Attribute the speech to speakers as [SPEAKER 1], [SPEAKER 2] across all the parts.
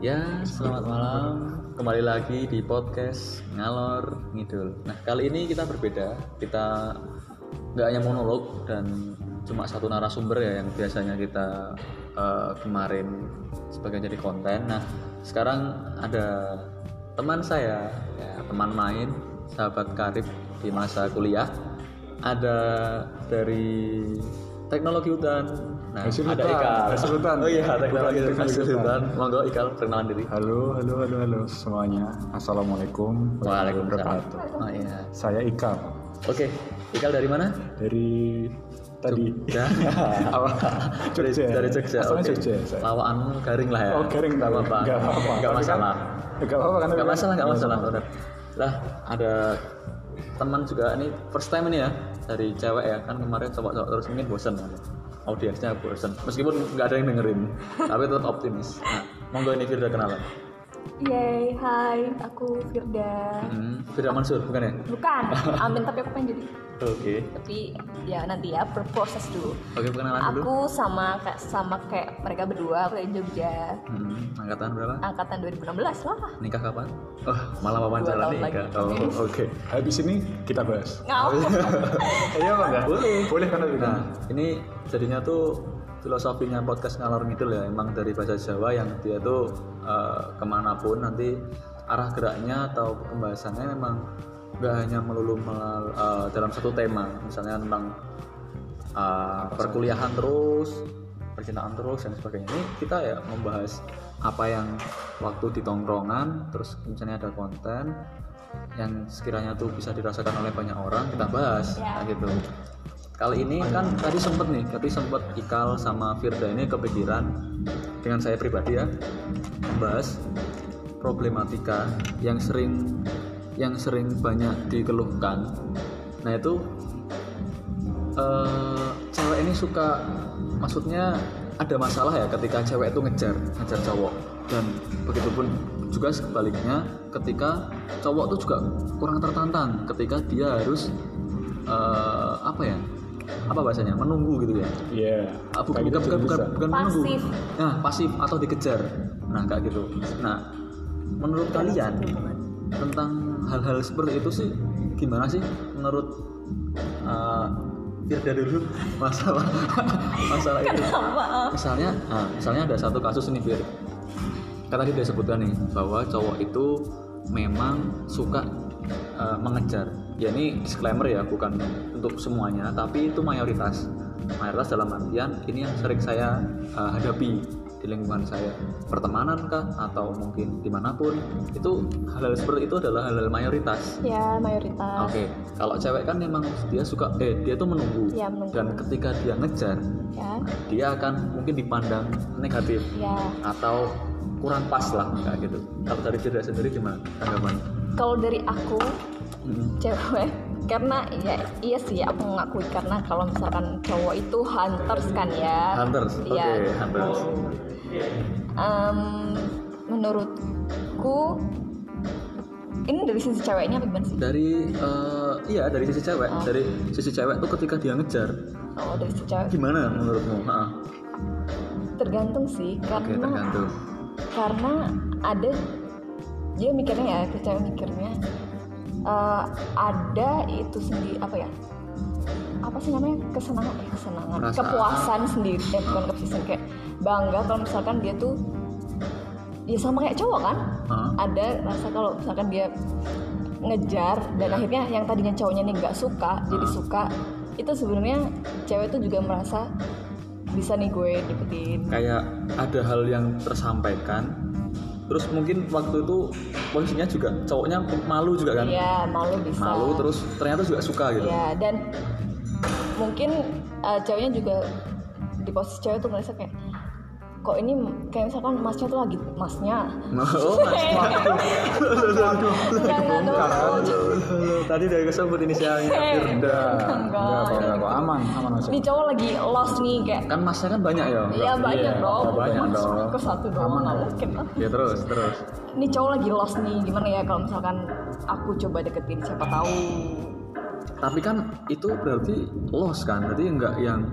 [SPEAKER 1] Ya, selamat malam. Kembali lagi di podcast Ngalor Ngidul. Nah, kali ini kita berbeda. Kita nggak hanya monolog dan cuma satu narasumber ya yang biasanya kita eh, kemarin sebagai jadi konten. Nah, sekarang ada teman saya, ya, teman main, sahabat karib di masa kuliah. Ada dari teknologi hutan. Nah,
[SPEAKER 2] Hasil
[SPEAKER 1] ada
[SPEAKER 2] hutan,
[SPEAKER 1] Ikal.
[SPEAKER 2] hasil hutan.
[SPEAKER 1] Oh iya, teknologi
[SPEAKER 2] Teknologi
[SPEAKER 1] hasil
[SPEAKER 2] hutan.
[SPEAKER 1] hutan. Monggo Ikal perkenalan diri.
[SPEAKER 2] Halo, halo, halo, halo semuanya. Assalamualaikum warahmatullahi wabarakatuh.
[SPEAKER 1] Oh, iya.
[SPEAKER 2] Saya Ikal
[SPEAKER 1] Oke, Ikal dari mana?
[SPEAKER 2] dari tadi
[SPEAKER 1] Ya.
[SPEAKER 2] Apa?
[SPEAKER 1] dari,
[SPEAKER 2] Jogja.
[SPEAKER 1] dari Jogja.
[SPEAKER 2] Asalnya
[SPEAKER 1] oke.
[SPEAKER 2] Jogja saya.
[SPEAKER 1] Lawaanmu garing lah ya.
[SPEAKER 2] Oh, garing
[SPEAKER 1] Nggak
[SPEAKER 2] tapi
[SPEAKER 1] apa-apa.
[SPEAKER 2] nggak apa-apa.
[SPEAKER 1] Nggak
[SPEAKER 2] Tapi
[SPEAKER 1] masalah.
[SPEAKER 2] kan- nggak apa-apa karena
[SPEAKER 1] Enggak masalah, enggak masalah. benar. Lah, ada teman juga ini first time ini ya dari cewek ya kan kemarin cowok-cowok terus mungkin bosen audiensnya bosen meskipun nggak ada yang dengerin tapi tetap optimis nah, monggo ini Firda kenalan
[SPEAKER 3] Yeay, hai, aku Firda.
[SPEAKER 1] hmm, Firda Mansur bukan ya
[SPEAKER 3] Bukan, amin tapi aku pengen jadi.
[SPEAKER 1] oke
[SPEAKER 3] Tapi ya nanti ya berproses dulu.
[SPEAKER 1] oke perkenalan dulu
[SPEAKER 3] Aku sama kayak sama kayak mereka berdua aku dari Jogja.
[SPEAKER 1] hmm, angkatan berapa
[SPEAKER 3] Angkatan 2016 lah.
[SPEAKER 1] nikah kapan oh malah wawancara
[SPEAKER 3] tahun
[SPEAKER 1] nikah
[SPEAKER 3] lagi.
[SPEAKER 1] oh oke
[SPEAKER 2] Habis ini kita bahas.
[SPEAKER 3] Ngawur.
[SPEAKER 2] Iya apa enggak? Boleh. Boleh kan lebih
[SPEAKER 1] Nah, ini jadinya tuh filosofinya podcast ngalor ngidul ya, emang dari bahasa Jawa yang dia tuh eh, kemanapun nanti arah geraknya atau pembahasannya memang nggak hanya melulu melal- eh, dalam satu tema, misalnya tentang eh, perkuliahan terus, percintaan terus dan sebagainya. Ini kita ya membahas apa yang waktu di tongkrongan, terus misalnya ada konten yang sekiranya tuh bisa dirasakan oleh banyak orang kita bahas Nah,
[SPEAKER 3] Ya.
[SPEAKER 1] gitu kali ini kan tadi sempet nih tapi sempet Ikal sama Firda ini kepikiran dengan saya pribadi ya membahas problematika yang sering yang sering banyak dikeluhkan nah itu eh, cewek ini suka maksudnya ada masalah ya ketika cewek itu ngejar ngejar cowok dan begitupun juga sebaliknya ketika cowok tuh juga kurang tertantang ketika dia harus eh, apa ya apa bahasanya menunggu gitu ya
[SPEAKER 2] Iya.
[SPEAKER 1] Ah, bukan,
[SPEAKER 2] Kayak gitu
[SPEAKER 1] bukan, bukan,
[SPEAKER 2] juga
[SPEAKER 1] bukan,
[SPEAKER 2] bisa.
[SPEAKER 1] bukan menunggu
[SPEAKER 3] Pasif.
[SPEAKER 1] nah pasif atau dikejar nah kayak gitu nah menurut kalian
[SPEAKER 3] gitu,
[SPEAKER 1] tentang hal-hal seperti itu sih gimana sih menurut eh, Firda dulu masalah masalah itu
[SPEAKER 3] Kenapa?
[SPEAKER 1] misalnya nah, misalnya ada satu kasus ini Fir kan tadi udah sebutkan nih bahwa cowok itu memang suka eh, mengejar ya ini disclaimer ya bukan untuk semuanya tapi itu mayoritas mayoritas dalam artian ini yang sering saya eh, hadapi di lingkungan saya pertemanan kah atau mungkin dimanapun itu hal-hal seperti itu adalah hal-hal mayoritas
[SPEAKER 3] Ya,
[SPEAKER 1] Oke,
[SPEAKER 3] mayoritas.
[SPEAKER 1] kalau cewek kan memang dia suka, eh dia tuh menunggu,
[SPEAKER 3] Ya, menunggu.
[SPEAKER 1] dan ketika dia ngejar,
[SPEAKER 3] Ya.
[SPEAKER 1] dia akan mungkin dipandang negatif
[SPEAKER 3] Ya.
[SPEAKER 1] atau kurang pas lah kayak gitu. Kalau dari Firda sendiri gimana tanggapannya?
[SPEAKER 3] Kalau dari aku
[SPEAKER 1] Mm.
[SPEAKER 3] Mm-hmm. cewek karena ya iya sih aku mengakui karena kalau misalkan cowok itu hunters kan ya
[SPEAKER 1] Hunters, oke
[SPEAKER 3] Iya.
[SPEAKER 1] hunters.
[SPEAKER 3] Em, menurutku ini dari sisi ceweknya apa gimana sih
[SPEAKER 1] Dari eh, iya dari sisi cewek,
[SPEAKER 3] Oh.
[SPEAKER 1] dari sisi cewek tuh ketika dia ngejar,
[SPEAKER 3] oh dari sisi cewek
[SPEAKER 1] gimana menurutmu? Ha-ha.
[SPEAKER 3] tergantung sih
[SPEAKER 1] Oke
[SPEAKER 3] karena
[SPEAKER 1] tergantung.
[SPEAKER 3] karena ada dia mikirnya ya ke cewek mikirnya eh, ada itu sendiri apa ya apa sih namanya kesenangan eh, kesenangan
[SPEAKER 1] Perasaan.
[SPEAKER 3] kepuasan sendiri eh, bukan kepuasan kayak bangga kalau misalkan dia tuh ya sama kayak cowok kan
[SPEAKER 1] Ha?
[SPEAKER 3] ada rasa kalau misalkan dia ngejar dan
[SPEAKER 1] Iya.
[SPEAKER 3] akhirnya yang tadinya cowoknya nih nggak suka jadi
[SPEAKER 1] Ah.
[SPEAKER 3] suka itu sebenarnya cewek tuh juga merasa bisa nih gue deketin
[SPEAKER 1] kayak ada hal yang tersampaikan terus mungkin waktu itu posisinya juga cowoknya malu juga kan
[SPEAKER 3] Iya, malu bisa
[SPEAKER 1] malu terus ternyata juga suka gitu
[SPEAKER 3] ya dan mungkin eh, ceweknya juga di posisi cewek tuh merasa kayak kok ini kayak misalkan masnya tuh lagi masnya
[SPEAKER 1] oh mas
[SPEAKER 3] Enggak, enggak, enggak, enggak.
[SPEAKER 1] tadi udah kesebut inisialnya Firda
[SPEAKER 2] Enggak.
[SPEAKER 3] Eh, Enggak.
[SPEAKER 2] Enggak apa-apa. kok. Aman, aman aja.
[SPEAKER 3] Nih cowok lagi lost nih kayak
[SPEAKER 1] kan masnya kan banyak ya
[SPEAKER 3] ya banyak dong
[SPEAKER 1] banyak dong
[SPEAKER 3] kok satu doang nggak mungkin lah
[SPEAKER 1] ya terus terus
[SPEAKER 3] nih cowok lagi lost nih gimana ya kalau misalkan aku coba deketin siapa tahu
[SPEAKER 1] tapi kan itu berarti loss kan berarti enggak yang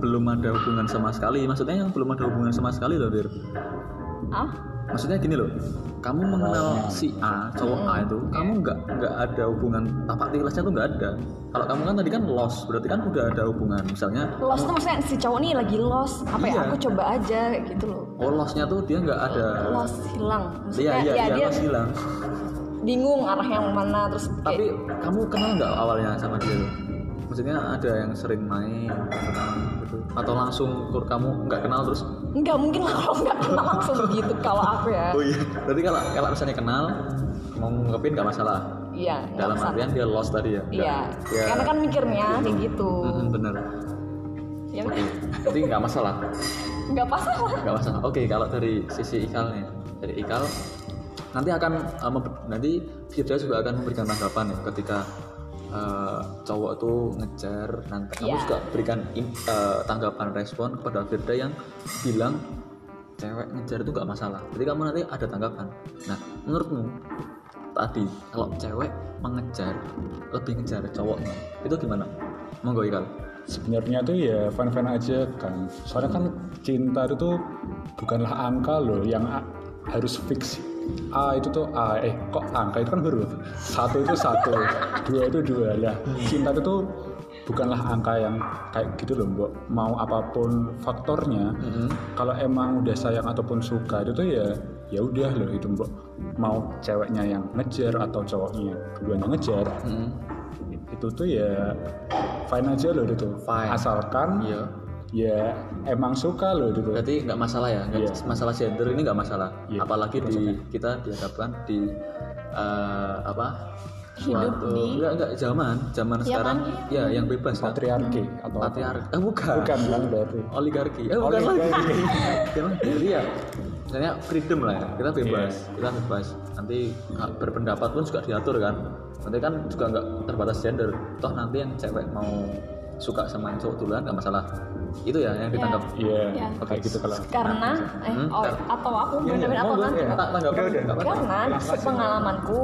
[SPEAKER 1] belum ada hubungan sama sekali maksudnya yang belum ada hubungan sama sekali loh Fir
[SPEAKER 3] ah
[SPEAKER 1] maksudnya gini loh kamu mengenal
[SPEAKER 3] Oh.
[SPEAKER 1] si A cowok A itu
[SPEAKER 3] Hmm.
[SPEAKER 1] kamu nggak nggak ada hubungan tapak tilasnya tuh nggak ada kalau kamu kan tadi kan lost berarti kan udah ada hubungan misalnya
[SPEAKER 3] Lost tuh maksudnya si cowok nih lagi lost. Apa ya
[SPEAKER 1] Iya.
[SPEAKER 3] aku coba aja kayak gitu loh.
[SPEAKER 1] oh lost-nya tuh dia nggak ada
[SPEAKER 3] Lost hilang.
[SPEAKER 1] iya
[SPEAKER 3] Maksudnya
[SPEAKER 1] iya
[SPEAKER 3] ya,
[SPEAKER 1] iya
[SPEAKER 3] dia
[SPEAKER 1] lost hilang
[SPEAKER 3] bingung arahnya yang mana terus
[SPEAKER 1] tapi
[SPEAKER 3] kayak
[SPEAKER 1] kamu kenal nggak awalnya sama dia tuh? maksudnya ada yang sering main kenal gitu atau langsung kur kamu nggak kenal terus
[SPEAKER 3] nggak mungkin lah kalau nggak kenal langsung begitu kalau aku ya.
[SPEAKER 1] oh iya berarti kalau kalau misalnya kenal mau ngungkapin nggak masalah
[SPEAKER 3] Iya. nggak
[SPEAKER 1] dalam
[SPEAKER 3] pesan.
[SPEAKER 1] artian dia lost tadi ya
[SPEAKER 3] Iya.
[SPEAKER 1] Ya.
[SPEAKER 3] Karena kan mikirnya kayak gitu.
[SPEAKER 1] Mm-mm, bener
[SPEAKER 3] Ya udah,
[SPEAKER 1] jadi nggak masalah
[SPEAKER 3] nggak masalah.
[SPEAKER 1] nggak masalah oke kalau dari sisi ikalnya dari ikal nanti akan eh, member- nanti Firda juga akan memberikan tanggapan ya ketika eh, cowok tuh ngejar nanti kamu
[SPEAKER 3] Iya.
[SPEAKER 1] juga berikan im- eh, tanggapan respon kepada Firda yang bilang cewek ngejar itu gak masalah jadi kamu nanti ada tanggapan nah menurutmu tadi kalau cewek mengejar lebih ngejar cowoknya itu gimana monggo ikal
[SPEAKER 2] sebenarnya tuh ya fan-fan aja kan soalnya kan cinta itu tuh bukanlah angka loh yang a- harus fix A itu tuh A eh kok angka itu kan huruf satu itu satu dua itu dua lah cinta itu tuh bukanlah angka yang kayak gitu loh mbok mau apapun faktornya kalau emang udah sayang ataupun suka itu tuh ya ya udah loh itu mbok mau ceweknya yang ngejar atau cowoknya keduanya ngejar
[SPEAKER 1] Mm-mm.
[SPEAKER 2] itu tuh ya fine aja loh itu
[SPEAKER 1] Fine.
[SPEAKER 2] asalkan
[SPEAKER 1] iya
[SPEAKER 2] ya emang suka loh itu
[SPEAKER 1] Berarti nggak masalah ya, nggak
[SPEAKER 2] Iya.
[SPEAKER 1] masalah gender ini nggak masalah.
[SPEAKER 2] Iya,
[SPEAKER 1] Apalagi di kita dihadapkan di eh, apa?
[SPEAKER 3] Hidup di- Iya
[SPEAKER 1] nggak nggak zaman zaman sekarang ya yang bebas kan.
[SPEAKER 2] patriarki atau apa?
[SPEAKER 1] Patriarki, eh bukan,
[SPEAKER 2] bukan kan berarti
[SPEAKER 1] oligarki, eh bukan lagi. Jangan, Jadi ya, misalnya freedom lah ya, kita bebas,
[SPEAKER 2] Iya.
[SPEAKER 1] kita bebas. Nanti hak berpendapat pun juga diatur kan. Nanti kan juga nggak terbatas gender. Toh nanti yang cewek mau suka sama yang cowok duluan nggak masalah. Itu ya yang ditangkap.
[SPEAKER 2] iya
[SPEAKER 3] Iya.
[SPEAKER 2] kayak gitu kalau
[SPEAKER 3] Karena eh
[SPEAKER 1] Hmm?
[SPEAKER 3] oh, atau aku
[SPEAKER 1] Iya,
[SPEAKER 3] benar-benar
[SPEAKER 1] mau
[SPEAKER 3] atau
[SPEAKER 1] gue,
[SPEAKER 2] kan?
[SPEAKER 3] nanti.
[SPEAKER 1] ya, tak- tanggapan,
[SPEAKER 2] Udah, udah.
[SPEAKER 1] nggak apa-apa.
[SPEAKER 3] Karena sepengalamanku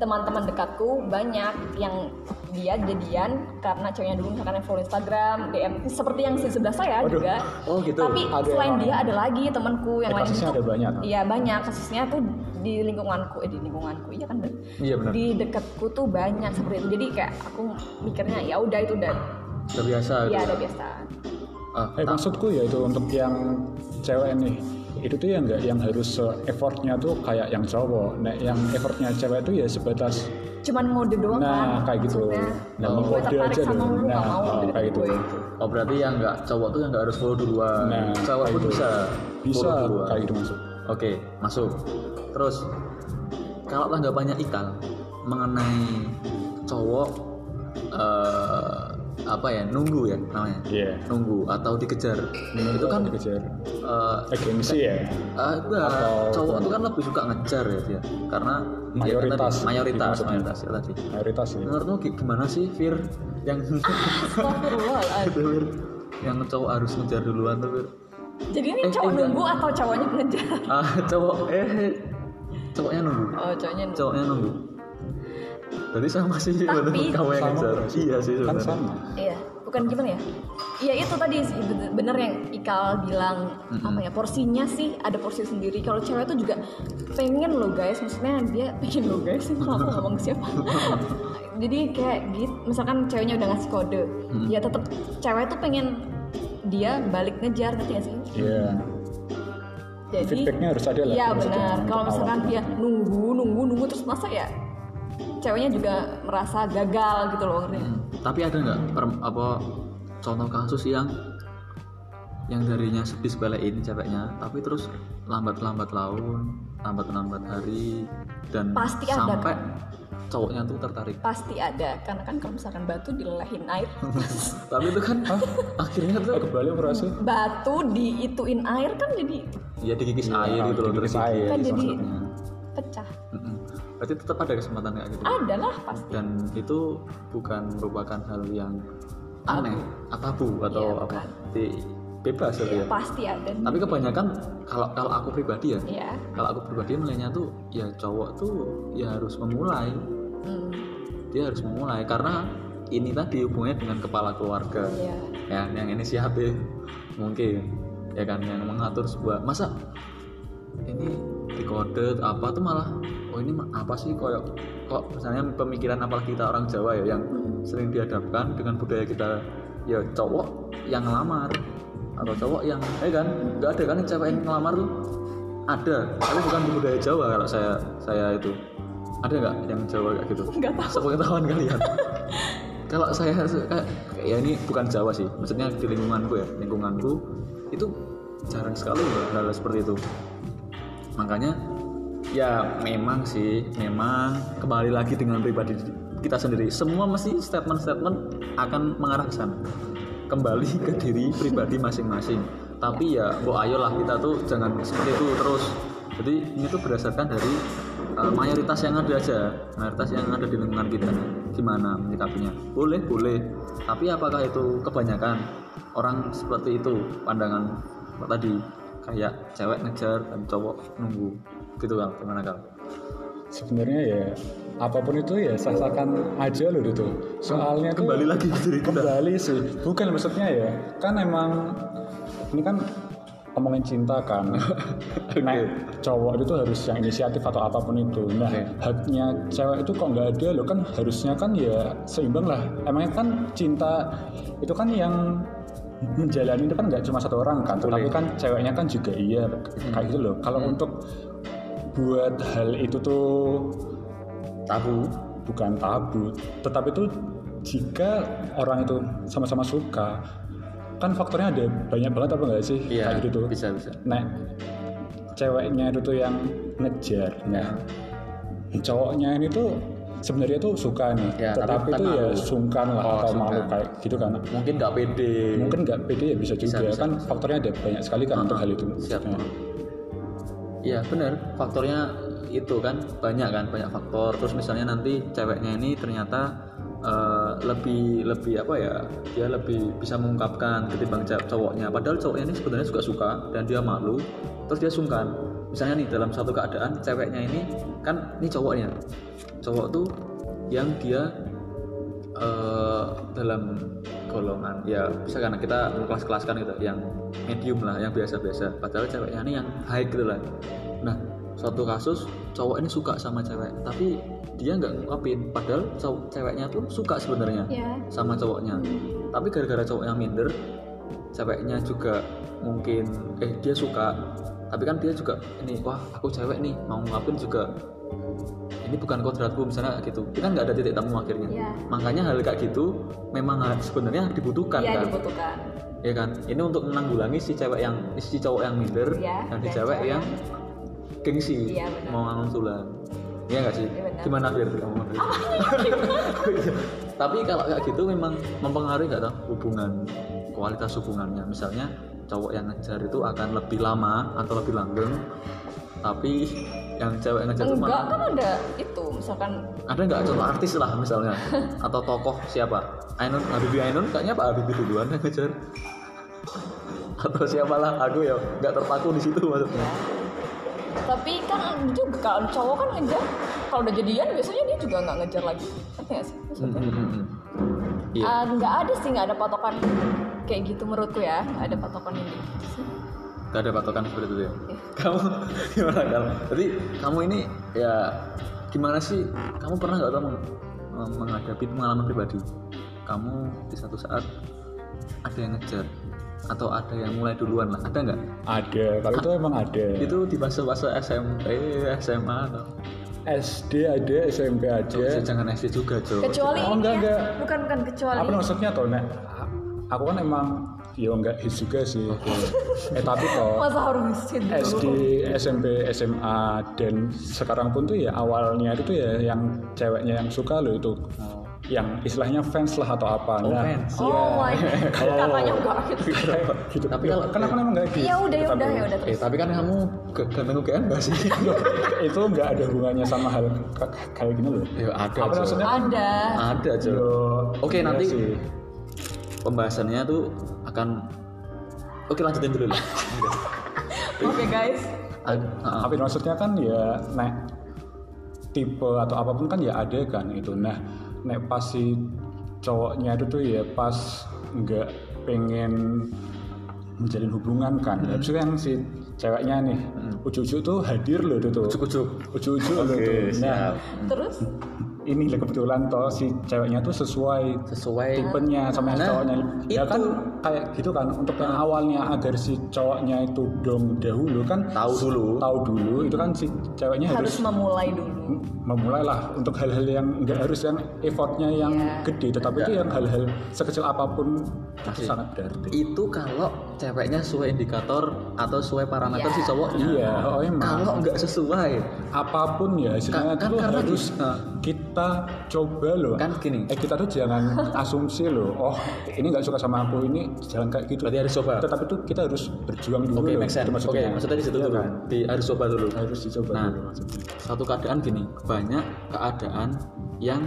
[SPEAKER 3] teman-teman dekatku banyak yang dia jadian karena ceweknya dulu misalkan yang follow Instagram, DM seperti yang si sebelah saya
[SPEAKER 2] Waduh.
[SPEAKER 3] juga.
[SPEAKER 1] Oh, gitu.
[SPEAKER 3] Tapi
[SPEAKER 2] Ada
[SPEAKER 3] selain
[SPEAKER 2] yang-
[SPEAKER 3] dia ada lagi temanku yang
[SPEAKER 2] Eh,
[SPEAKER 3] lain
[SPEAKER 2] kasusnya
[SPEAKER 3] itu-
[SPEAKER 2] ada banyak.
[SPEAKER 3] Iya, banyak kasusnya tuh di lingkunganku, eh di lingkunganku. Iya kan? Ben?
[SPEAKER 1] Iya, benar.
[SPEAKER 3] Di dekatku tuh banyak seperti itu. Jadi kayak aku mikirnya ya udah itu udah
[SPEAKER 1] Udah biasa gitu.
[SPEAKER 2] Iya,
[SPEAKER 3] ya udah biasa.
[SPEAKER 1] Ah,
[SPEAKER 2] eh, maksudku ya itu untuk yang cewek nih itu tuh ya nggak yang harus eh, effortnya tuh kayak yang cowok nah yang effortnya cewek tuh ya sebatas
[SPEAKER 3] Cuman mode doang kan.
[SPEAKER 2] nah kayak gitu
[SPEAKER 3] maksudnya.
[SPEAKER 2] nah
[SPEAKER 1] Oh.
[SPEAKER 3] Gue
[SPEAKER 2] mengode
[SPEAKER 3] tertarik
[SPEAKER 2] aja
[SPEAKER 3] sama
[SPEAKER 2] dulu
[SPEAKER 3] lu, nggak
[SPEAKER 2] nah
[SPEAKER 3] mau lu
[SPEAKER 2] oh, kayak gitu
[SPEAKER 3] gue.
[SPEAKER 1] oh berarti yang nggak cowok tuh yang nggak harus follow duluan.
[SPEAKER 2] Nah,
[SPEAKER 1] cowok pun
[SPEAKER 2] gitu.
[SPEAKER 1] bisa.
[SPEAKER 2] bisa
[SPEAKER 1] follow duluan.
[SPEAKER 2] kayak gitu maksud
[SPEAKER 1] Oke, masuk. Terus kalau tanggapannya Ikal mengenai cowok eh, apa ya nunggu ya namanya
[SPEAKER 2] Iya.
[SPEAKER 1] nunggu atau dikejar itu kan
[SPEAKER 2] dikejar
[SPEAKER 1] eh,
[SPEAKER 2] Eh, gengsi ya
[SPEAKER 1] Ah, enggak.
[SPEAKER 2] Atau-
[SPEAKER 1] cowok itu kan lebih suka ngejar ya dia karena dia kan
[SPEAKER 2] Mayoritas.
[SPEAKER 1] tadi, mayoritas
[SPEAKER 2] Maksudnya.
[SPEAKER 1] mayoritas ya tadi
[SPEAKER 2] mayoritas sih
[SPEAKER 1] menurutmu gi- gimana sih Fir yang
[SPEAKER 3] Astagfirullahaladzim.
[SPEAKER 1] Itu, Fir. yang cowok harus ngejar duluan tuh Fir
[SPEAKER 3] Jadi ini
[SPEAKER 1] Eh,
[SPEAKER 3] cowok
[SPEAKER 1] enggak.
[SPEAKER 3] nunggu atau cowoknya ngejar?
[SPEAKER 1] ah cowok eh cowoknya nunggu
[SPEAKER 3] Oh, cowoknya nunggu.
[SPEAKER 1] cowoknya nunggu berarti sama sih bener kamu yang
[SPEAKER 2] Sama
[SPEAKER 1] ngejar
[SPEAKER 2] berarti.
[SPEAKER 1] iya sih
[SPEAKER 2] kan
[SPEAKER 1] sebenarnya
[SPEAKER 2] sama
[SPEAKER 3] Iya, bukan gimana ya? Iya itu tadi sih, bener- bener yang Ikal bilang apa ya porsinya sih ada porsi sendiri. Kalau cewek tuh juga pengen loh guys, maksudnya dia pengen loh guys. Malah aku ngomong ke siapa? Jadi kayak gitu, misalkan ceweknya udah ngasih kode, ya tetap cewek tuh pengen dia balik ngejar ngerti gak sih?
[SPEAKER 2] iya
[SPEAKER 3] Jadi
[SPEAKER 2] Feedbacknya harus ada lah,
[SPEAKER 3] Iya
[SPEAKER 2] maksudnya,
[SPEAKER 3] benar.
[SPEAKER 2] untuk
[SPEAKER 3] Kalau
[SPEAKER 2] awal.
[SPEAKER 3] misalkan dia nunggu nunggu nunggu terus masa ya ceweknya juga merasa gagal gitu loh ngerti?
[SPEAKER 1] Hmm, tapi ada nggak per- apa contoh kasus yang yang darinya disepelein ceweknya tapi terus lambat-lambat laun lambat-lambat hari dan
[SPEAKER 3] Pasti ada,
[SPEAKER 1] sampai
[SPEAKER 3] kan?
[SPEAKER 1] cowoknya tuh tertarik
[SPEAKER 3] pasti ada karena kan kalau misalkan batu dilelehin air
[SPEAKER 1] tapi itu kan akhirnya
[SPEAKER 2] eh
[SPEAKER 1] tuh
[SPEAKER 2] kebalik berasa
[SPEAKER 3] batu diituin air kan jadi
[SPEAKER 1] ya digigis
[SPEAKER 2] Nah,
[SPEAKER 1] air gitu loh
[SPEAKER 2] dikit
[SPEAKER 1] terus
[SPEAKER 2] air
[SPEAKER 3] kan jadi
[SPEAKER 1] maksudnya.
[SPEAKER 3] pecah
[SPEAKER 1] Mm-mm. berarti tetap ada kesempatan kayak gitu
[SPEAKER 3] adalah pasti
[SPEAKER 1] dan itu bukan merupakan hal yang aneh atau tabu atau apa
[SPEAKER 3] Iya, bukan. Iya,
[SPEAKER 1] Jadi bebas gitu ya
[SPEAKER 3] pasti ada
[SPEAKER 1] tapi kebanyakan kalau kalau aku pribadi ya
[SPEAKER 3] ya
[SPEAKER 1] kalau aku pribadi melihatnya tuh ya cowok tuh ya harus memulai
[SPEAKER 3] hmm,
[SPEAKER 1] dia harus memulai karena ini tadi hubungannya dengan kepala keluarga
[SPEAKER 3] ya
[SPEAKER 1] ya yang kan, inisiatif mungkin ya kan yang mengatur sebuah masa ini di kode apa tuh malah oh ini mah apa sih kok kok misalnya pemikiran apalagi kita orang Jawa ya yang sering dihadapkan dengan budaya kita ya cowok yang ngelamar atau cowok yang eh kan nggak ada kan yang cewek yang ngelamar tuh ada tapi bukan di budaya Jawa kalau saya saya itu ada nggak yang Jawa kayak gitu
[SPEAKER 3] Nggak tahu.
[SPEAKER 1] sepengetahuan kalian kalau saya suka ya ini bukan Jawa sih maksudnya di lingkunganku ya lingkunganku itu jarang sekali loh hal-hal seperti itu makanya ya memang sih memang kembali lagi dengan pribadi kita sendiri semua mesti statement-statement akan mengarah ke sana kembali ke diri pribadi masing-masing tapi ya bu ayolah kita tuh jangan seperti itu terus jadi ini tuh berdasarkan dari uh, mayoritas yang ada aja mayoritas yang ada di lingkungan kita gimana menyikapinya boleh boleh tapi apakah itu kebanyakan orang seperti itu pandangan tadi kayak cewek ngejar dan cowok nunggu gitu kan gimana kal
[SPEAKER 2] sebenarnya ya apapun itu ya sah-sahkan aja loh itu soalnya tuh-
[SPEAKER 1] kembali lagi ke diri kita
[SPEAKER 2] kembali sih bukan maksudnya ya kan emang ini kan ngomongin cinta kan nah cowok itu harus yang inisiatif atau apapun itu nah
[SPEAKER 1] Oke.
[SPEAKER 2] haknya cewek itu kok nggak ada loh kan harusnya kan ya seimbang lah emangnya kan cinta itu kan yang menjalani itu kan nggak cuma satu orang
[SPEAKER 1] Boleh.
[SPEAKER 2] kan
[SPEAKER 1] Hmm.
[SPEAKER 2] tapi kan ceweknya kan juga iya kayak gitu loh kalau untuk buat hal itu tuh
[SPEAKER 1] tabu
[SPEAKER 2] bukan tabu tetapi itu jika orang itu sama-sama suka kan faktornya ada banyak banget apa enggak sih
[SPEAKER 1] iya
[SPEAKER 2] kayak gitu tuh
[SPEAKER 1] bisa bisa
[SPEAKER 2] nek ceweknya itu tuh yang ngejar nah cowoknya ini tuh sebenarnya tuh suka nih
[SPEAKER 1] Ya, Iya. tapi
[SPEAKER 2] tetapi
[SPEAKER 1] kan
[SPEAKER 2] itu ya
[SPEAKER 1] malu.
[SPEAKER 2] sungkan lah
[SPEAKER 1] Oh,
[SPEAKER 2] atau
[SPEAKER 1] sungkan.
[SPEAKER 2] malu kayak gitu kan
[SPEAKER 1] mungkin nggak pede
[SPEAKER 2] mungkin nggak pede ya bisa
[SPEAKER 1] Bisa,
[SPEAKER 2] juga
[SPEAKER 1] bisa,
[SPEAKER 2] kan
[SPEAKER 1] bisa.
[SPEAKER 2] faktornya ada banyak sekali kan untuk
[SPEAKER 1] Ah,
[SPEAKER 2] hal itu
[SPEAKER 1] siap
[SPEAKER 2] Nah,
[SPEAKER 1] Iya benar faktornya itu kan banyak kan banyak faktor terus misalnya nanti ceweknya ini ternyata eh, lebih lebih apa ya dia lebih bisa mengungkapkan ketimbang cewek cowoknya padahal cowoknya ini sebenarnya suka suka dan dia malu terus dia sungkan misalnya nih dalam satu keadaan ceweknya ini kan ini cowoknya cowok tuh yang dia eh, dalam golongan ya bisa karena kita kelas-kelaskan gitu yang medium lah yang biasa-biasa padahal ceweknya ini yang high gitu lah nah suatu kasus cowok ini suka sama cewek tapi dia nggak ngungkapin padahal cowok ceweknya tuh suka sebenarnya
[SPEAKER 3] ya
[SPEAKER 1] sama cowoknya tapi gara-gara cowoknya minder ceweknya juga mungkin eh dia suka tapi kan dia juga ini wah aku cewek nih mau ngapain juga ini bukan kodratku misalnya gitu kita nggak ada titik temu akhirnya
[SPEAKER 3] Iya.
[SPEAKER 1] makanya hal kayak gitu memang ha- sebenarnya dibutuhkan
[SPEAKER 3] ya
[SPEAKER 1] kan
[SPEAKER 3] dibutuhkan
[SPEAKER 1] ya kan ini untuk menanggulangi si cewek yang si cowok yang minder
[SPEAKER 3] Iya,
[SPEAKER 1] dan si
[SPEAKER 3] dan
[SPEAKER 1] cewek
[SPEAKER 3] cewek
[SPEAKER 1] yang gengsi
[SPEAKER 3] Iya, benar.
[SPEAKER 1] mau ngangon tulang iya nggak sih
[SPEAKER 3] Iya, benar.
[SPEAKER 1] gimana Fir kamu Iya. tapi kalau kayak gitu memang mempengaruhi nggak tahu hubungan kualitas hubungannya misalnya cowok yang ngejar itu akan lebih lama atau lebih langgeng tapi yang cewek yang ngejar itu
[SPEAKER 3] enggak
[SPEAKER 1] malah
[SPEAKER 3] kan ada itu misalkan
[SPEAKER 1] ada nggak contoh artis lah misalnya atau tokoh siapa Ainun Habibie Ainun kayaknya Pak Habibie duluan yang ngejar atau siapalah aduh ya nggak terpaku di situ maksudnya
[SPEAKER 3] tapi kan juga kalau cowok kan ngejar kalau udah jadian biasanya dia juga nggak ngejar lagi ngerti nggak sih
[SPEAKER 1] Mm,
[SPEAKER 3] maksudnya
[SPEAKER 1] mm, mm, mm. iya
[SPEAKER 3] Ah, nggak ada sih nggak ada patokan kayak gitu menurutku ya nggak ada patokan ini sih
[SPEAKER 1] nggak ada patokan seperti itu ya kamu gimana kamu jadi kamu ini ya gimana sih kamu pernah nggak tahu meng- meng- menghadapi pengalaman pribadi kamu di satu saat ada yang ngejar atau ada yang mulai duluan lah ada nggak
[SPEAKER 2] ada kalau itu emang ada
[SPEAKER 1] itu di fase-fase SMP SMA atau
[SPEAKER 2] SD ada SMP ada
[SPEAKER 1] Cok, jangan SD juga cok
[SPEAKER 3] kecuali
[SPEAKER 2] Oh,
[SPEAKER 3] ini
[SPEAKER 2] enggak,
[SPEAKER 3] ya.
[SPEAKER 2] enggak.
[SPEAKER 3] bukan bukan kecuali
[SPEAKER 2] apa maksudnya toh nek aku kan emang ya enggak hits juga sih eh tapi toh
[SPEAKER 3] masa harus gitu
[SPEAKER 2] SD SMP SMA dan sekarang pun tuh ya awalnya itu tuh ya yang ceweknya yang suka loh itu yang istilahnya fans lah atau apa
[SPEAKER 1] Oh,
[SPEAKER 2] nah
[SPEAKER 1] fans.
[SPEAKER 3] oh my god katanya enggak gitu
[SPEAKER 2] kayak gitu
[SPEAKER 1] Tapi
[SPEAKER 2] tapi
[SPEAKER 1] kalau-
[SPEAKER 2] kenapa emang enggak gitu
[SPEAKER 3] ya udah ya udah ya udah
[SPEAKER 1] eh
[SPEAKER 3] terus
[SPEAKER 1] tapi kan kamu ke- ganteng UGM gak sih
[SPEAKER 2] itu enggak ada hubungannya sama hal k- k- kayak gini loh
[SPEAKER 1] ya ada
[SPEAKER 2] apa
[SPEAKER 1] Cok.
[SPEAKER 2] maksudnya
[SPEAKER 3] ada
[SPEAKER 1] ada cok
[SPEAKER 2] Yo,
[SPEAKER 1] Oke,
[SPEAKER 2] iya
[SPEAKER 1] nanti-
[SPEAKER 2] sih.
[SPEAKER 1] pembahasannya tuh akan oke lanjutin dulu lah
[SPEAKER 3] oke guys
[SPEAKER 1] Ad- ah, ah.
[SPEAKER 2] Tapi maksudnya kan ya nek tipe atau apapun kan ya ada kan itu. Nah, nek pas si cowoknya itu tuh ya pas
[SPEAKER 1] Hmm.
[SPEAKER 2] nggak pengen menjalin hubungan kan. Habis itu yang si ceweknya nih ujuk-ujuk tuh hadir loh itu tuh
[SPEAKER 1] Ujuk-ujuk.
[SPEAKER 2] ujuk-ujuk loh
[SPEAKER 1] Hmm. Oke,
[SPEAKER 2] tuh nah
[SPEAKER 1] siap.
[SPEAKER 3] Terus
[SPEAKER 2] ini lah kebetulan toh si ceweknya tuh sesuai
[SPEAKER 1] sesuai
[SPEAKER 2] tipenya sama yang
[SPEAKER 1] Nah,
[SPEAKER 2] cowoknya ya
[SPEAKER 1] itu.
[SPEAKER 2] kan kayak gitu kan untuk yang awalnya agar si cowoknya itu dong dahulu kan
[SPEAKER 1] tahu dulu
[SPEAKER 2] tahu dulu itu kan si ceweknya
[SPEAKER 3] harus
[SPEAKER 2] harus,
[SPEAKER 3] memulai dulu.
[SPEAKER 2] memulailah untuk hal-hal yang nggak harus yang effortnya yang
[SPEAKER 3] Iya.
[SPEAKER 2] gede tetapi itu
[SPEAKER 1] Iya.
[SPEAKER 2] yang hal-hal sekecil apapun itu
[SPEAKER 1] Masih.
[SPEAKER 2] sangat berarti
[SPEAKER 1] itu kalau ceweknya sesuai indikator atau sesuai parameter
[SPEAKER 3] Ya.
[SPEAKER 1] si cowoknya
[SPEAKER 2] iya oh emang
[SPEAKER 1] kalau nggak sesuai
[SPEAKER 2] apapun ya hasilnya
[SPEAKER 1] Ka- kan
[SPEAKER 2] itu
[SPEAKER 1] karena
[SPEAKER 2] harus
[SPEAKER 1] gini.
[SPEAKER 2] kita coba loh
[SPEAKER 1] Kan gini.
[SPEAKER 2] eh kita tuh jangan asumsi loh oh ini nggak suka sama aku ini jangan kayak gitu
[SPEAKER 1] berarti harus coba oke
[SPEAKER 2] tetapi itu kita harus berjuang dulu loh,
[SPEAKER 1] make sense
[SPEAKER 2] itu
[SPEAKER 1] oke
[SPEAKER 2] maksudnya
[SPEAKER 1] maksudnya di situ
[SPEAKER 2] Iya
[SPEAKER 1] dulu
[SPEAKER 2] kan?
[SPEAKER 1] di harus coba dulu
[SPEAKER 2] harus dicoba
[SPEAKER 1] Nah.
[SPEAKER 2] dulu maksudnya
[SPEAKER 1] satu keadaan gini banyak keadaan yang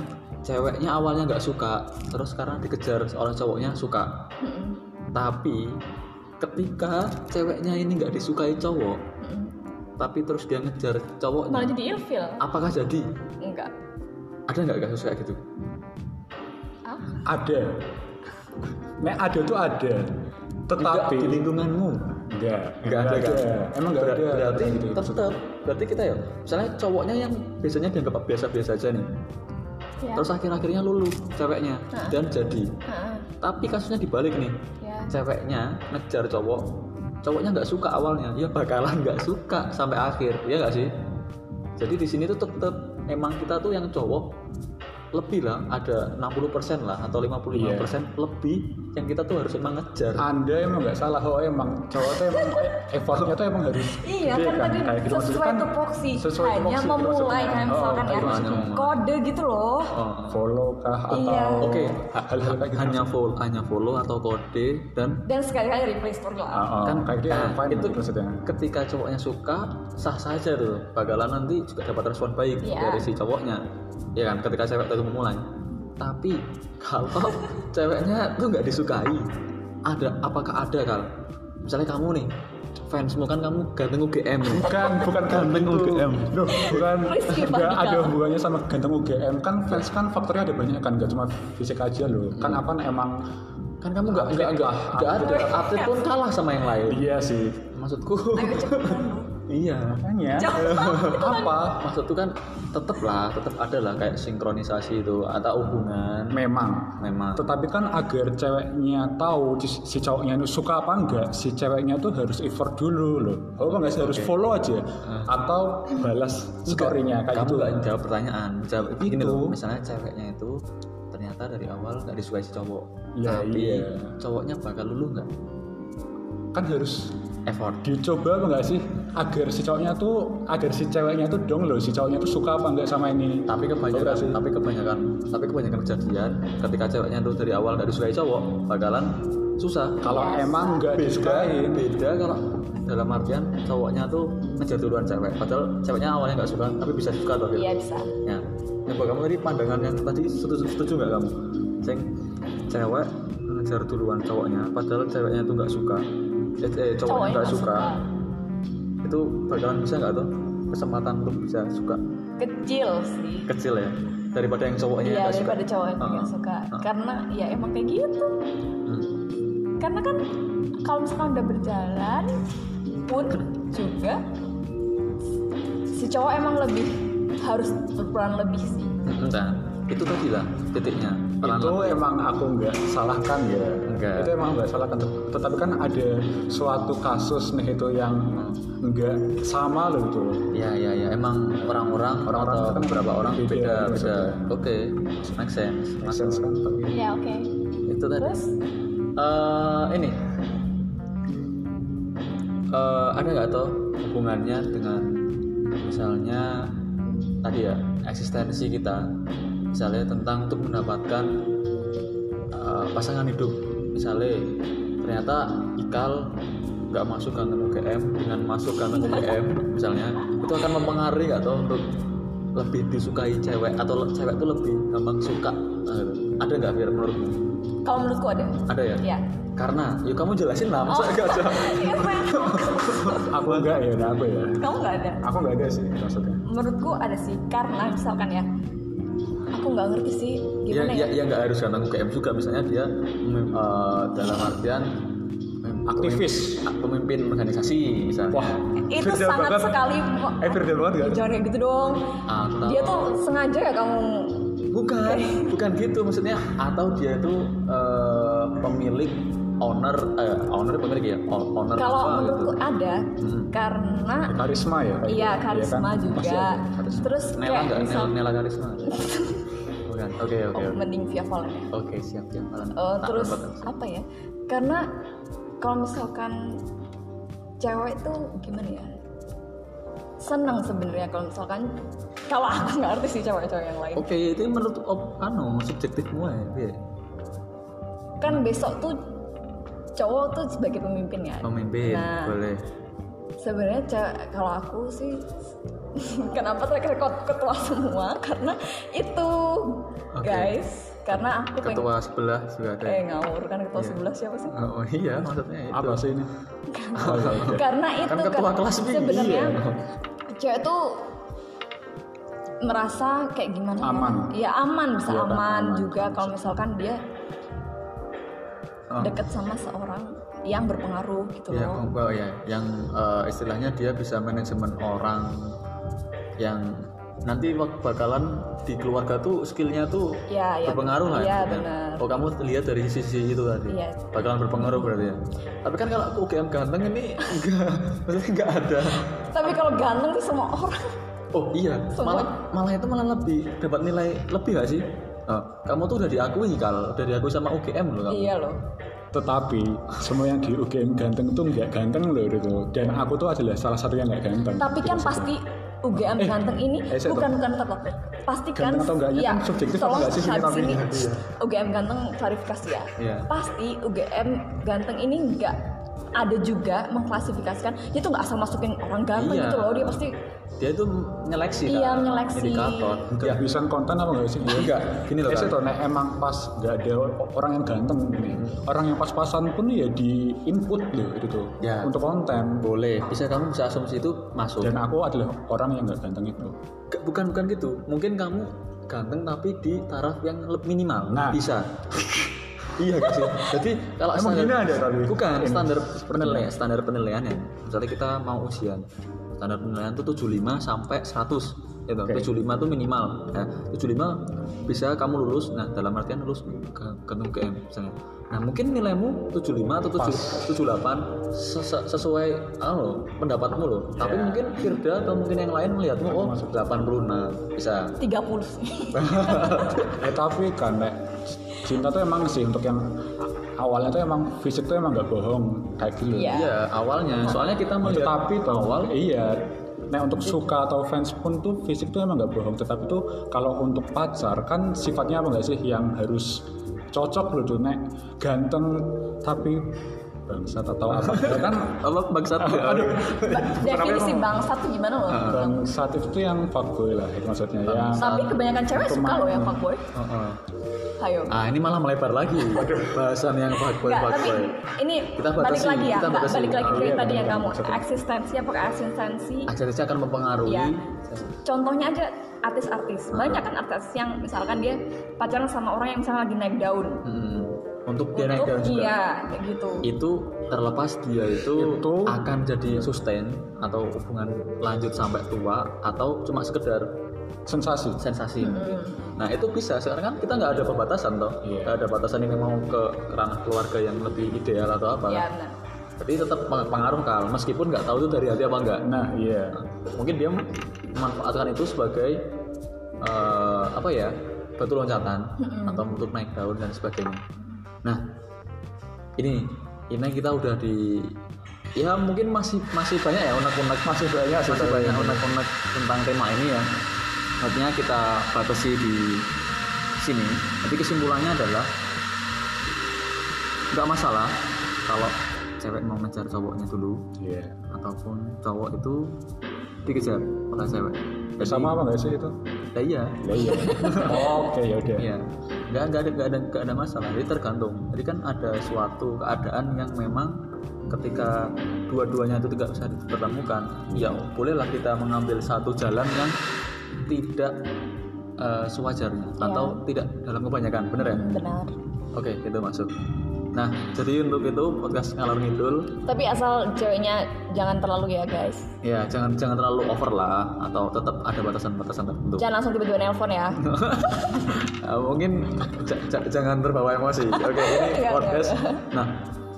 [SPEAKER 1] ceweknya awalnya nggak suka terus karena dikejar oleh cowoknya suka
[SPEAKER 3] Mm-mm.
[SPEAKER 1] tapi ketika ceweknya ini nggak disukai cowok
[SPEAKER 3] Mm-mm.
[SPEAKER 1] tapi terus dia ngejar
[SPEAKER 3] Malah
[SPEAKER 1] cowoknya
[SPEAKER 3] jadi ilfil.
[SPEAKER 1] apakah jadi
[SPEAKER 3] Enggak.
[SPEAKER 1] ada nggak kasus kayak gitu
[SPEAKER 3] Ah,
[SPEAKER 2] ada Nek ada tuh ada
[SPEAKER 1] tidak
[SPEAKER 2] tetapi
[SPEAKER 1] di lingkunganmu
[SPEAKER 2] enggak
[SPEAKER 1] nggak ada, kan?
[SPEAKER 2] emang enggak
[SPEAKER 1] Ber-
[SPEAKER 2] ada
[SPEAKER 1] berarti
[SPEAKER 2] Gitu, maksudnya.
[SPEAKER 1] tetap berarti kita ya misalnya cowoknya yang biasanya dianggap biasa-biasa aja nih
[SPEAKER 3] ya.
[SPEAKER 1] terus akhir-akhirnya lulu ceweknya
[SPEAKER 3] Nah.
[SPEAKER 1] dan jadi
[SPEAKER 3] Ah,
[SPEAKER 1] tapi kasusnya dibalik nih
[SPEAKER 3] ya.
[SPEAKER 1] ceweknya ngejar cowok cowoknya nggak suka awalnya ya bakalan nggak suka sampai akhir ya nggak sih jadi di sini tuh tetap emang kita tuh yang cowok lebih lah ada 60% lah atau 55%
[SPEAKER 2] Iya.
[SPEAKER 1] lebih yang kita tuh harus emang ngejar
[SPEAKER 2] anda emang nggak salah oh emang cowok tuh emang effortnya tuh emang harus
[SPEAKER 3] Iya
[SPEAKER 2] gede
[SPEAKER 3] kan tadi
[SPEAKER 2] kayak gitu. Maksudnya
[SPEAKER 3] sesuai
[SPEAKER 2] kan
[SPEAKER 3] tupoksi
[SPEAKER 2] sesuai
[SPEAKER 3] hanya
[SPEAKER 2] tupoksi,
[SPEAKER 3] memulai
[SPEAKER 2] maksudnya.
[SPEAKER 3] kan
[SPEAKER 2] Oh,
[SPEAKER 3] misalkan ya
[SPEAKER 2] kayak
[SPEAKER 1] maksudnya.
[SPEAKER 3] kode gitu loh.
[SPEAKER 1] Oh.
[SPEAKER 2] follow kah atau
[SPEAKER 3] Iya.
[SPEAKER 1] Oke, ha-
[SPEAKER 2] hal-hal kayak gitu
[SPEAKER 1] hanya follow, hanya follow atau kode dan
[SPEAKER 3] Dan sekali-kali replace
[SPEAKER 2] Ah,
[SPEAKER 3] story lah.
[SPEAKER 2] ah,
[SPEAKER 1] Kan-
[SPEAKER 2] kayak dia
[SPEAKER 1] nah,
[SPEAKER 2] fine
[SPEAKER 1] itu-
[SPEAKER 2] gitu maksudnya
[SPEAKER 1] ketika cowoknya suka sah saja tuh bakalan nanti juga dapat respon baik
[SPEAKER 3] Iya.
[SPEAKER 1] dari si cowoknya ya kan ketika cewek itu memulai tapi kalau ceweknya tuh nggak disukai ada apakah ada kalau misalnya kamu nih fansmu kan kamu ganteng UGM nih
[SPEAKER 2] bukan bukan
[SPEAKER 1] Ganteng
[SPEAKER 2] gitu.
[SPEAKER 1] UGM.
[SPEAKER 2] Loh, bukan
[SPEAKER 3] Rizky
[SPEAKER 2] nggak
[SPEAKER 3] Pandika.
[SPEAKER 2] ada hubungannya sama ganteng UGM kan fans kan faktornya ada banyak kan nggak cuma fisik aja loh kan apa emang
[SPEAKER 1] kan kamu nggak nggak nggak nggak ada atlet pun kalah sama yang lain
[SPEAKER 2] iya sih
[SPEAKER 1] maksudku
[SPEAKER 3] Ayo cepetan Bu.
[SPEAKER 1] iya
[SPEAKER 2] makanya apa
[SPEAKER 1] maksudku kan tetep lah tetep ada lah kayak sinkronisasi itu atau hubungan
[SPEAKER 2] memang
[SPEAKER 1] memang
[SPEAKER 2] Tetapi kan agar ceweknya tahu si si cowoknya itu suka apa enggak, si ceweknya tuh harus effort dulu loh. Oh, enggak sih harus follow aja atau balas story-nya
[SPEAKER 1] kamu
[SPEAKER 2] kayak gitu.
[SPEAKER 1] nggak jawab pertanyaan jawab gini
[SPEAKER 2] Itu.
[SPEAKER 1] loh misalnya ceweknya itu ternyata dari awal nggak disukai si cowok
[SPEAKER 2] Ya,
[SPEAKER 1] tapi
[SPEAKER 2] iya.
[SPEAKER 1] cowoknya bakal lulu nggak
[SPEAKER 2] Kan harus
[SPEAKER 1] effort
[SPEAKER 2] dicoba apa enggak sih agar si cowoknya tuh agar si ceweknya tuh dong loh, si cowoknya tuh suka apa enggak sama ini.
[SPEAKER 1] tapi
[SPEAKER 2] Betul
[SPEAKER 1] kebanyakan
[SPEAKER 2] nggak sih?
[SPEAKER 1] tapi kebanyakan tapi kebanyakan kejadian ketika ceweknya itu dari awal nggak disukai cowok bakalan susah
[SPEAKER 2] Kalau
[SPEAKER 3] Yes.
[SPEAKER 2] emang enggak disukain
[SPEAKER 1] beda kalau dalam artian cowoknya tuh ngejar duluan cewek padahal ceweknya awalnya nggak suka tapi bisa suka loh
[SPEAKER 3] Iya bisa.
[SPEAKER 1] Ya, ya Pak, kamu tadi pandangan yang tadi setuju, setuju nggak kamu? Ceng, cewek ngejar duluan cowoknya, padahal ceweknya itu nggak suka, eh, eh, cowoknya
[SPEAKER 3] Cowoknya
[SPEAKER 1] nggak
[SPEAKER 3] nggak
[SPEAKER 1] suka.
[SPEAKER 3] suka.
[SPEAKER 1] itu bakalan bisa nggak tuh kesempatan untuk bisa suka
[SPEAKER 3] Kecil sih.
[SPEAKER 1] kecil Ah, ya daripada yang cowoknya yang
[SPEAKER 3] Iya
[SPEAKER 1] nggak suka.
[SPEAKER 3] daripada cowok yang
[SPEAKER 1] Heeh.
[SPEAKER 3] nggak suka.
[SPEAKER 1] Heeh.
[SPEAKER 3] Karena ya emang kayak gitu.
[SPEAKER 1] Hmm.
[SPEAKER 3] Karena kan kalau misalkan udah berjalan pun juga si cowok emang lebih harus berperan lebih sih.
[SPEAKER 1] Entah, Hmm, nah, itu tadi lah titiknya. Pelan
[SPEAKER 2] itu
[SPEAKER 1] lebih.
[SPEAKER 2] emang aku nggak salahkan ya
[SPEAKER 1] Enggak.
[SPEAKER 2] itu emang nggak salahkan Tet- tetapi kan ada suatu kasus nih itu yang nggak sama loh itu
[SPEAKER 1] Ya ya ya emang orang-orang
[SPEAKER 2] Orang-orang
[SPEAKER 1] atau
[SPEAKER 2] kan
[SPEAKER 1] beberapa orang
[SPEAKER 2] beda,
[SPEAKER 1] beda
[SPEAKER 2] gitu.
[SPEAKER 1] beda. Oke, make sense.
[SPEAKER 2] make sense kan tapi
[SPEAKER 3] Ya oke.
[SPEAKER 1] Itu tadi.
[SPEAKER 3] Terus
[SPEAKER 1] eh ini Eh, ada nggak tuh hubungannya dengan misalnya tadi ya eksistensi kita misalnya tentang untuk mendapatkan eh, pasangan hidup misalnya ternyata Ikal nggak masuk kantong UGM dengan masuk kantong UGM misalnya itu akan mempengaruhi nggak tuh untuk lebih disukai cewek atau le- cewek itu lebih gampang suka Nah, gitu. ada nggak biar menurutmu
[SPEAKER 3] kalau menurutku ada.
[SPEAKER 1] ada ya
[SPEAKER 3] Iya.
[SPEAKER 1] karena yuk kamu jelasin lah masa enggak jawab
[SPEAKER 3] Iya, Pak.
[SPEAKER 2] aku nggak ya nah aku ya
[SPEAKER 3] Kamu nggak ada.
[SPEAKER 2] aku nggak ada sih maksudnya
[SPEAKER 3] menurutku ada sih karena misalkan ya aku nggak ngerti sih
[SPEAKER 1] ya
[SPEAKER 3] gimana
[SPEAKER 1] ya
[SPEAKER 3] ya,
[SPEAKER 1] ya nggak harus karena UGM juga misalnya dia mm, eh, dalam artian eh, Pemimpin-
[SPEAKER 2] Aktivis.
[SPEAKER 1] pemimpin, ah, pemimpin organisasi misalnya
[SPEAKER 2] Wah,
[SPEAKER 3] Itu
[SPEAKER 2] viral
[SPEAKER 3] sangat
[SPEAKER 2] banget.
[SPEAKER 3] sekali kok.
[SPEAKER 2] Eh, viral banget
[SPEAKER 3] Ya,
[SPEAKER 2] gak?
[SPEAKER 3] Jangan kayak gitu dong.
[SPEAKER 1] Atau-
[SPEAKER 3] Dia tuh Eh. sengaja ya kamu.
[SPEAKER 1] bukan bukan gitu maksudnya atau dia itu eh, pemilik owner eh, owner pemilik ya O- owner
[SPEAKER 3] Kalau
[SPEAKER 1] apa gitu
[SPEAKER 3] menurutku ah, ada
[SPEAKER 1] Hmm.
[SPEAKER 3] karena
[SPEAKER 2] Karisma ya? kayak
[SPEAKER 3] iya
[SPEAKER 2] gitu,
[SPEAKER 3] karisma
[SPEAKER 2] kan? Pasti
[SPEAKER 3] juga.
[SPEAKER 2] ada.
[SPEAKER 1] Karisma.
[SPEAKER 3] Terus
[SPEAKER 1] Nela
[SPEAKER 3] kayak
[SPEAKER 1] nggak
[SPEAKER 3] misal
[SPEAKER 1] Nela, Nela karisma ada? bukan oke oke
[SPEAKER 3] oh,
[SPEAKER 1] oke.
[SPEAKER 3] mending via Valen ya.
[SPEAKER 1] oke siap siap Alan.
[SPEAKER 3] Eh,
[SPEAKER 1] Tak
[SPEAKER 3] terus
[SPEAKER 1] Nah, dapat.
[SPEAKER 3] apa ya? Karena kalau misalkan cewek tuh gimana ya? Seneng sebenarnya kalau misalkan kalau aku nggak ngerti sih cewek-cewek yang lain.
[SPEAKER 1] Oke, itu menurut op, anu subjektifmu ya. Bi.
[SPEAKER 3] Kan besok tuh cowok tuh sebagai pemimpin ya.
[SPEAKER 1] Pemimpin
[SPEAKER 3] Nah,
[SPEAKER 1] boleh.
[SPEAKER 3] sebenarnya ce- kalau aku sih kenapa track record ketua semua karena itu
[SPEAKER 1] Oke.
[SPEAKER 3] guys karena aku pengen
[SPEAKER 1] Ketua sebelah juga ada.
[SPEAKER 3] eh ngawur kan ketua
[SPEAKER 1] Iya.
[SPEAKER 3] sebelah siapa sih
[SPEAKER 1] Oh iya, maksudnya itu.
[SPEAKER 2] Apa sih ini? Oh, iya, iya.
[SPEAKER 3] karena itu
[SPEAKER 1] ketua
[SPEAKER 3] kan
[SPEAKER 1] kelas, Bi.
[SPEAKER 3] sebenarnya
[SPEAKER 1] Iya.
[SPEAKER 3] cewek tuh merasa kayak gimana ya?
[SPEAKER 2] Aman.
[SPEAKER 3] ya aman bisa
[SPEAKER 2] Iya, kan,
[SPEAKER 3] aman,
[SPEAKER 2] aman.
[SPEAKER 3] juga kalau misalkan dia
[SPEAKER 1] Oh.
[SPEAKER 3] deket sama seorang yang berpengaruh gitu
[SPEAKER 1] Ya,
[SPEAKER 3] loh
[SPEAKER 1] oh, ya, yang eh, istilahnya dia bisa manajemen orang yang nanti wak- bakalan di keluarga tuh skillnya tuh
[SPEAKER 3] Ya, ya,
[SPEAKER 1] berpengaruh lah.
[SPEAKER 3] benar. Ya,
[SPEAKER 1] intinya.
[SPEAKER 3] benar.
[SPEAKER 1] Oh kamu lihat dari sisi itu tadi,
[SPEAKER 3] Iya.
[SPEAKER 1] bakalan berpengaruh berarti ya. Tapi kan kalau aku UGM ganteng ini enggak, maksudnya enggak ada.
[SPEAKER 3] tapi kalau ganteng tuh semua orang
[SPEAKER 1] Oh iya,
[SPEAKER 3] Semua.
[SPEAKER 1] malah malah itu malah lebih dapat nilai lebih gak sih? Eh, kamu tuh udah diakui kalau udah diakui sama UGM loh kamu.
[SPEAKER 3] iya loh
[SPEAKER 2] Tetapi semua yang di UGM ganteng tuh nggak ganteng loh itu. Dan aku tuh adalah salah satu yang nggak ganteng.
[SPEAKER 3] Tapi kan
[SPEAKER 2] Gitu
[SPEAKER 3] pasti UGM ganteng ini
[SPEAKER 2] eh, saya
[SPEAKER 3] bukan bukan tetap pasti kan
[SPEAKER 2] Ganteng atau enggaknya
[SPEAKER 3] ya,
[SPEAKER 2] kan subjektif apa
[SPEAKER 3] tolong
[SPEAKER 2] enggak sih sebenarnya
[SPEAKER 3] habis
[SPEAKER 2] tapi-
[SPEAKER 3] ini
[SPEAKER 2] Iya.
[SPEAKER 3] UGM ganteng klarifikasi ya.
[SPEAKER 1] Iya.
[SPEAKER 3] Pasti UGM ganteng ini enggak ada juga mengklasifikasikan dia tuh nggak asal masukin orang ganteng
[SPEAKER 1] Iya.
[SPEAKER 3] gitu loh dia pasti
[SPEAKER 1] Dia itu menyeleksi kan,
[SPEAKER 3] Iya, menyeleksi.
[SPEAKER 1] indikator.
[SPEAKER 2] Gak
[SPEAKER 1] Ya,
[SPEAKER 2] bisa konten apa nggak sih?
[SPEAKER 1] Iya, Nggak, gini loh,
[SPEAKER 2] Eh,
[SPEAKER 1] Kak.
[SPEAKER 2] saya tahu, nah, emang pas nggak ada orang yang ganteng nih. Orang yang pas-pasan pun ya di input loh itu tuh
[SPEAKER 1] Ya.
[SPEAKER 2] untuk konten.
[SPEAKER 1] boleh. Bisa kamu bisa asumsi itu masuk.
[SPEAKER 2] Dan aku adalah orang yang nggak ganteng itu.
[SPEAKER 1] Ke- bukan bukan gitu. Mungkin kamu ganteng tapi di taraf yang lebih minimal.
[SPEAKER 2] Nah.
[SPEAKER 1] Bisa. iya gak sih. Jadi kalau
[SPEAKER 2] Emang
[SPEAKER 1] standar-
[SPEAKER 2] gini ada tapi?
[SPEAKER 1] bukan
[SPEAKER 2] Ini.
[SPEAKER 1] standar penilaian standar penilaian ya. Misalnya kita mau ujian standar penilaian itu 75 sampai 100 gitu.
[SPEAKER 2] Oke.
[SPEAKER 1] 75 itu minimal. Ya, 75 bisa kamu lulus. Nah, dalam artian lulus ke ketemu KM misalnya. Nah, mungkin nilaimu 75 atau 7, 78 sese- sesuai anu, pendapatmu loh. Tapi
[SPEAKER 2] Ya.
[SPEAKER 1] mungkin Firda atau mungkin yang lain melihatmu oh 86 bisa
[SPEAKER 3] 30 sih.
[SPEAKER 2] eh tapi kan Nek, cinta tuh emang sih untuk yang awalnya tuh emang fisik tuh emang nggak bohong kayak gitu.
[SPEAKER 3] Iya.
[SPEAKER 1] Iya, awalnya. Soalnya kita melihat
[SPEAKER 2] Tetapi tuh
[SPEAKER 1] awal
[SPEAKER 2] iya. Nah untuk suka atau fans pun tuh fisik tuh emang nggak bohong. Tetapi tuh kalau untuk pacar kan sifatnya apa nggak sih yang harus cocok loh tuh nek ganteng tapi bangsat atau apa Ya kan
[SPEAKER 1] apa bangsa
[SPEAKER 2] aduh
[SPEAKER 3] Definisi bangsat tuh gimana loh?
[SPEAKER 2] bangsat itu tuh yang fuckboy lah itu maksudnya Ya, yang
[SPEAKER 3] Tapi kebanyakan cewek suka loh yang fuckboy. Ayo.
[SPEAKER 1] Ah, ini malah melebar lagi. Bahasan yang fuckboy
[SPEAKER 3] Enggak, tapi
[SPEAKER 1] fuckboy.
[SPEAKER 3] ini
[SPEAKER 1] Kita
[SPEAKER 3] balik
[SPEAKER 1] batasi,
[SPEAKER 3] lagi ya,
[SPEAKER 1] kita
[SPEAKER 3] Mbak,
[SPEAKER 1] batasi.
[SPEAKER 3] balik
[SPEAKER 1] Ah,
[SPEAKER 3] lagi ke
[SPEAKER 2] iya,
[SPEAKER 3] tadi yang
[SPEAKER 2] benar-benar,
[SPEAKER 3] kamu
[SPEAKER 2] maksudnya.
[SPEAKER 3] eksistensi apakah eksistensi
[SPEAKER 1] Aksesorisnya akan mempengaruhi.
[SPEAKER 3] Iya. Contohnya aja artis-artis. Banyak kan artis yang misalkan dia pacaran sama orang yang misalnya lagi naik daun.
[SPEAKER 1] Hmm, untuk dia naik
[SPEAKER 3] Untuk
[SPEAKER 1] daun juga.
[SPEAKER 3] iya, kayak gitu.
[SPEAKER 1] Itu terlepas dia itu,
[SPEAKER 2] Itu-
[SPEAKER 1] akan jadi sustain atau hubungan lanjut sampai tua atau cuma sekedar
[SPEAKER 2] sensasi
[SPEAKER 1] sensasi mungkin.
[SPEAKER 3] Hmm.
[SPEAKER 1] Nah itu bisa sekarang kan kita nggak ada pembatasan toh,
[SPEAKER 2] Iya.
[SPEAKER 1] nggak ada batasan ini mau ke ranah keluarga yang lebih ideal atau apa.
[SPEAKER 3] Iya, benar.
[SPEAKER 1] Tapi tetap peng- pengaruh kal, meskipun nggak tahu itu dari hati apa enggak.
[SPEAKER 2] nah iya
[SPEAKER 1] Mungkin dia memanfaatkan itu sebagai eh, apa ya batu loncatan atau untuk naik daun dan sebagainya. Nah ini ini kita udah di ya mungkin masih masih banyak ya unek-unek masih banyak masih banyak unek-unek tentang tema ini ya artinya kita batasi di sini tapi kesimpulannya adalah nggak masalah kalau cewek mau ngejar cowoknya dulu
[SPEAKER 2] iya
[SPEAKER 1] ataupun cowok itu dikejar oleh cewek Jadi-
[SPEAKER 2] sama apa nggak sih itu
[SPEAKER 1] ya iya
[SPEAKER 2] Ya, iya. Oke, ya udah.
[SPEAKER 1] Iya. Nggak, nggak ada nggak ada nggak ada masalah. Jadi tergantung. Jadi kan ada suatu keadaan yang memang ketika dua-duanya itu tidak bisa dipertemukan, ya
[SPEAKER 2] Iya.
[SPEAKER 1] bolehlah kita mengambil satu jalan yang tidak eh, sewajarnya atau tidak dalam kebanyakan, bener ya?
[SPEAKER 3] Benar.
[SPEAKER 1] Oke, itu masuk. Nah, jadi untuk itu podcast ngalor ngidul
[SPEAKER 3] Tapi asal ceweknya jangan terlalu ya guys.
[SPEAKER 1] ya jangan jangan terlalu over lah atau tetap ada batasan-batasan tertentu.
[SPEAKER 3] Jangan langsung tiba-tiba nelpon ya.
[SPEAKER 1] Nah, mungkin ja- ja- jangan terbawa emosi. Oke, ini
[SPEAKER 3] Enggak,
[SPEAKER 1] podcast. Nah,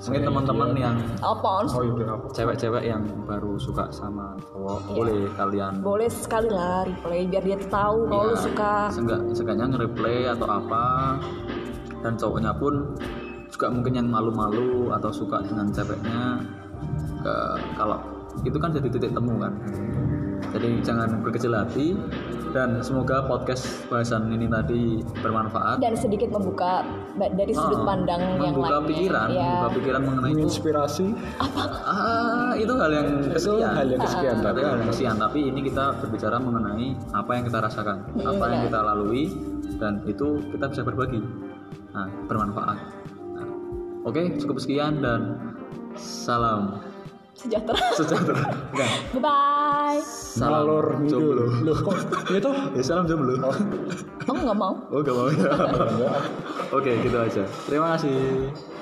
[SPEAKER 1] mungkin teman-teman yang
[SPEAKER 3] Alphonse.
[SPEAKER 2] oh iya apa
[SPEAKER 1] cewek-cewek yang baru suka sama cowok
[SPEAKER 3] Iya.
[SPEAKER 1] boleh kalian
[SPEAKER 3] Boleh sekali lah replay biar dia tahu kalau lu
[SPEAKER 1] Iya,
[SPEAKER 3] suka.
[SPEAKER 1] seenggak- seenggaknya nge-replay atau apa dan cowoknya pun juga mungkin yang malu-malu atau suka dengan ceweknya ke kalau itu kan jadi titik temu kan jadi jangan berkecil hati dan semoga podcast bahasan ini tadi bermanfaat
[SPEAKER 3] Dan sedikit membuka ba- dari sudut
[SPEAKER 1] Ah,
[SPEAKER 3] pandang yang
[SPEAKER 1] membuka
[SPEAKER 3] lainnya.
[SPEAKER 1] pikiran
[SPEAKER 3] ya.
[SPEAKER 1] membuka pikiran mengenai itu
[SPEAKER 2] menginspirasi
[SPEAKER 1] ah itu hal yang
[SPEAKER 2] itu
[SPEAKER 1] kesekian.
[SPEAKER 2] hal yang kesekian
[SPEAKER 1] Tapi
[SPEAKER 2] tapi
[SPEAKER 1] hal yang kesian, tapi ini kita berbicara mengenai apa yang kita rasakan,
[SPEAKER 3] Hmm,
[SPEAKER 1] apa yang
[SPEAKER 3] benar.
[SPEAKER 1] kita lalui, dan itu kita bisa berbagi. Nah, bermanfaat. Nah, Oke, cukup sekian dan salam
[SPEAKER 3] Sejahtera.
[SPEAKER 1] sejahtera. Enggak,
[SPEAKER 3] Bye bye.
[SPEAKER 1] salam
[SPEAKER 2] ngalor ngidul
[SPEAKER 1] jomblo.
[SPEAKER 2] loh kok itu
[SPEAKER 1] Ya salam jomblo. Oh,
[SPEAKER 3] Aku nggak mau.
[SPEAKER 1] oh gak mau ya. Oke, gitu aja. Terima kasih.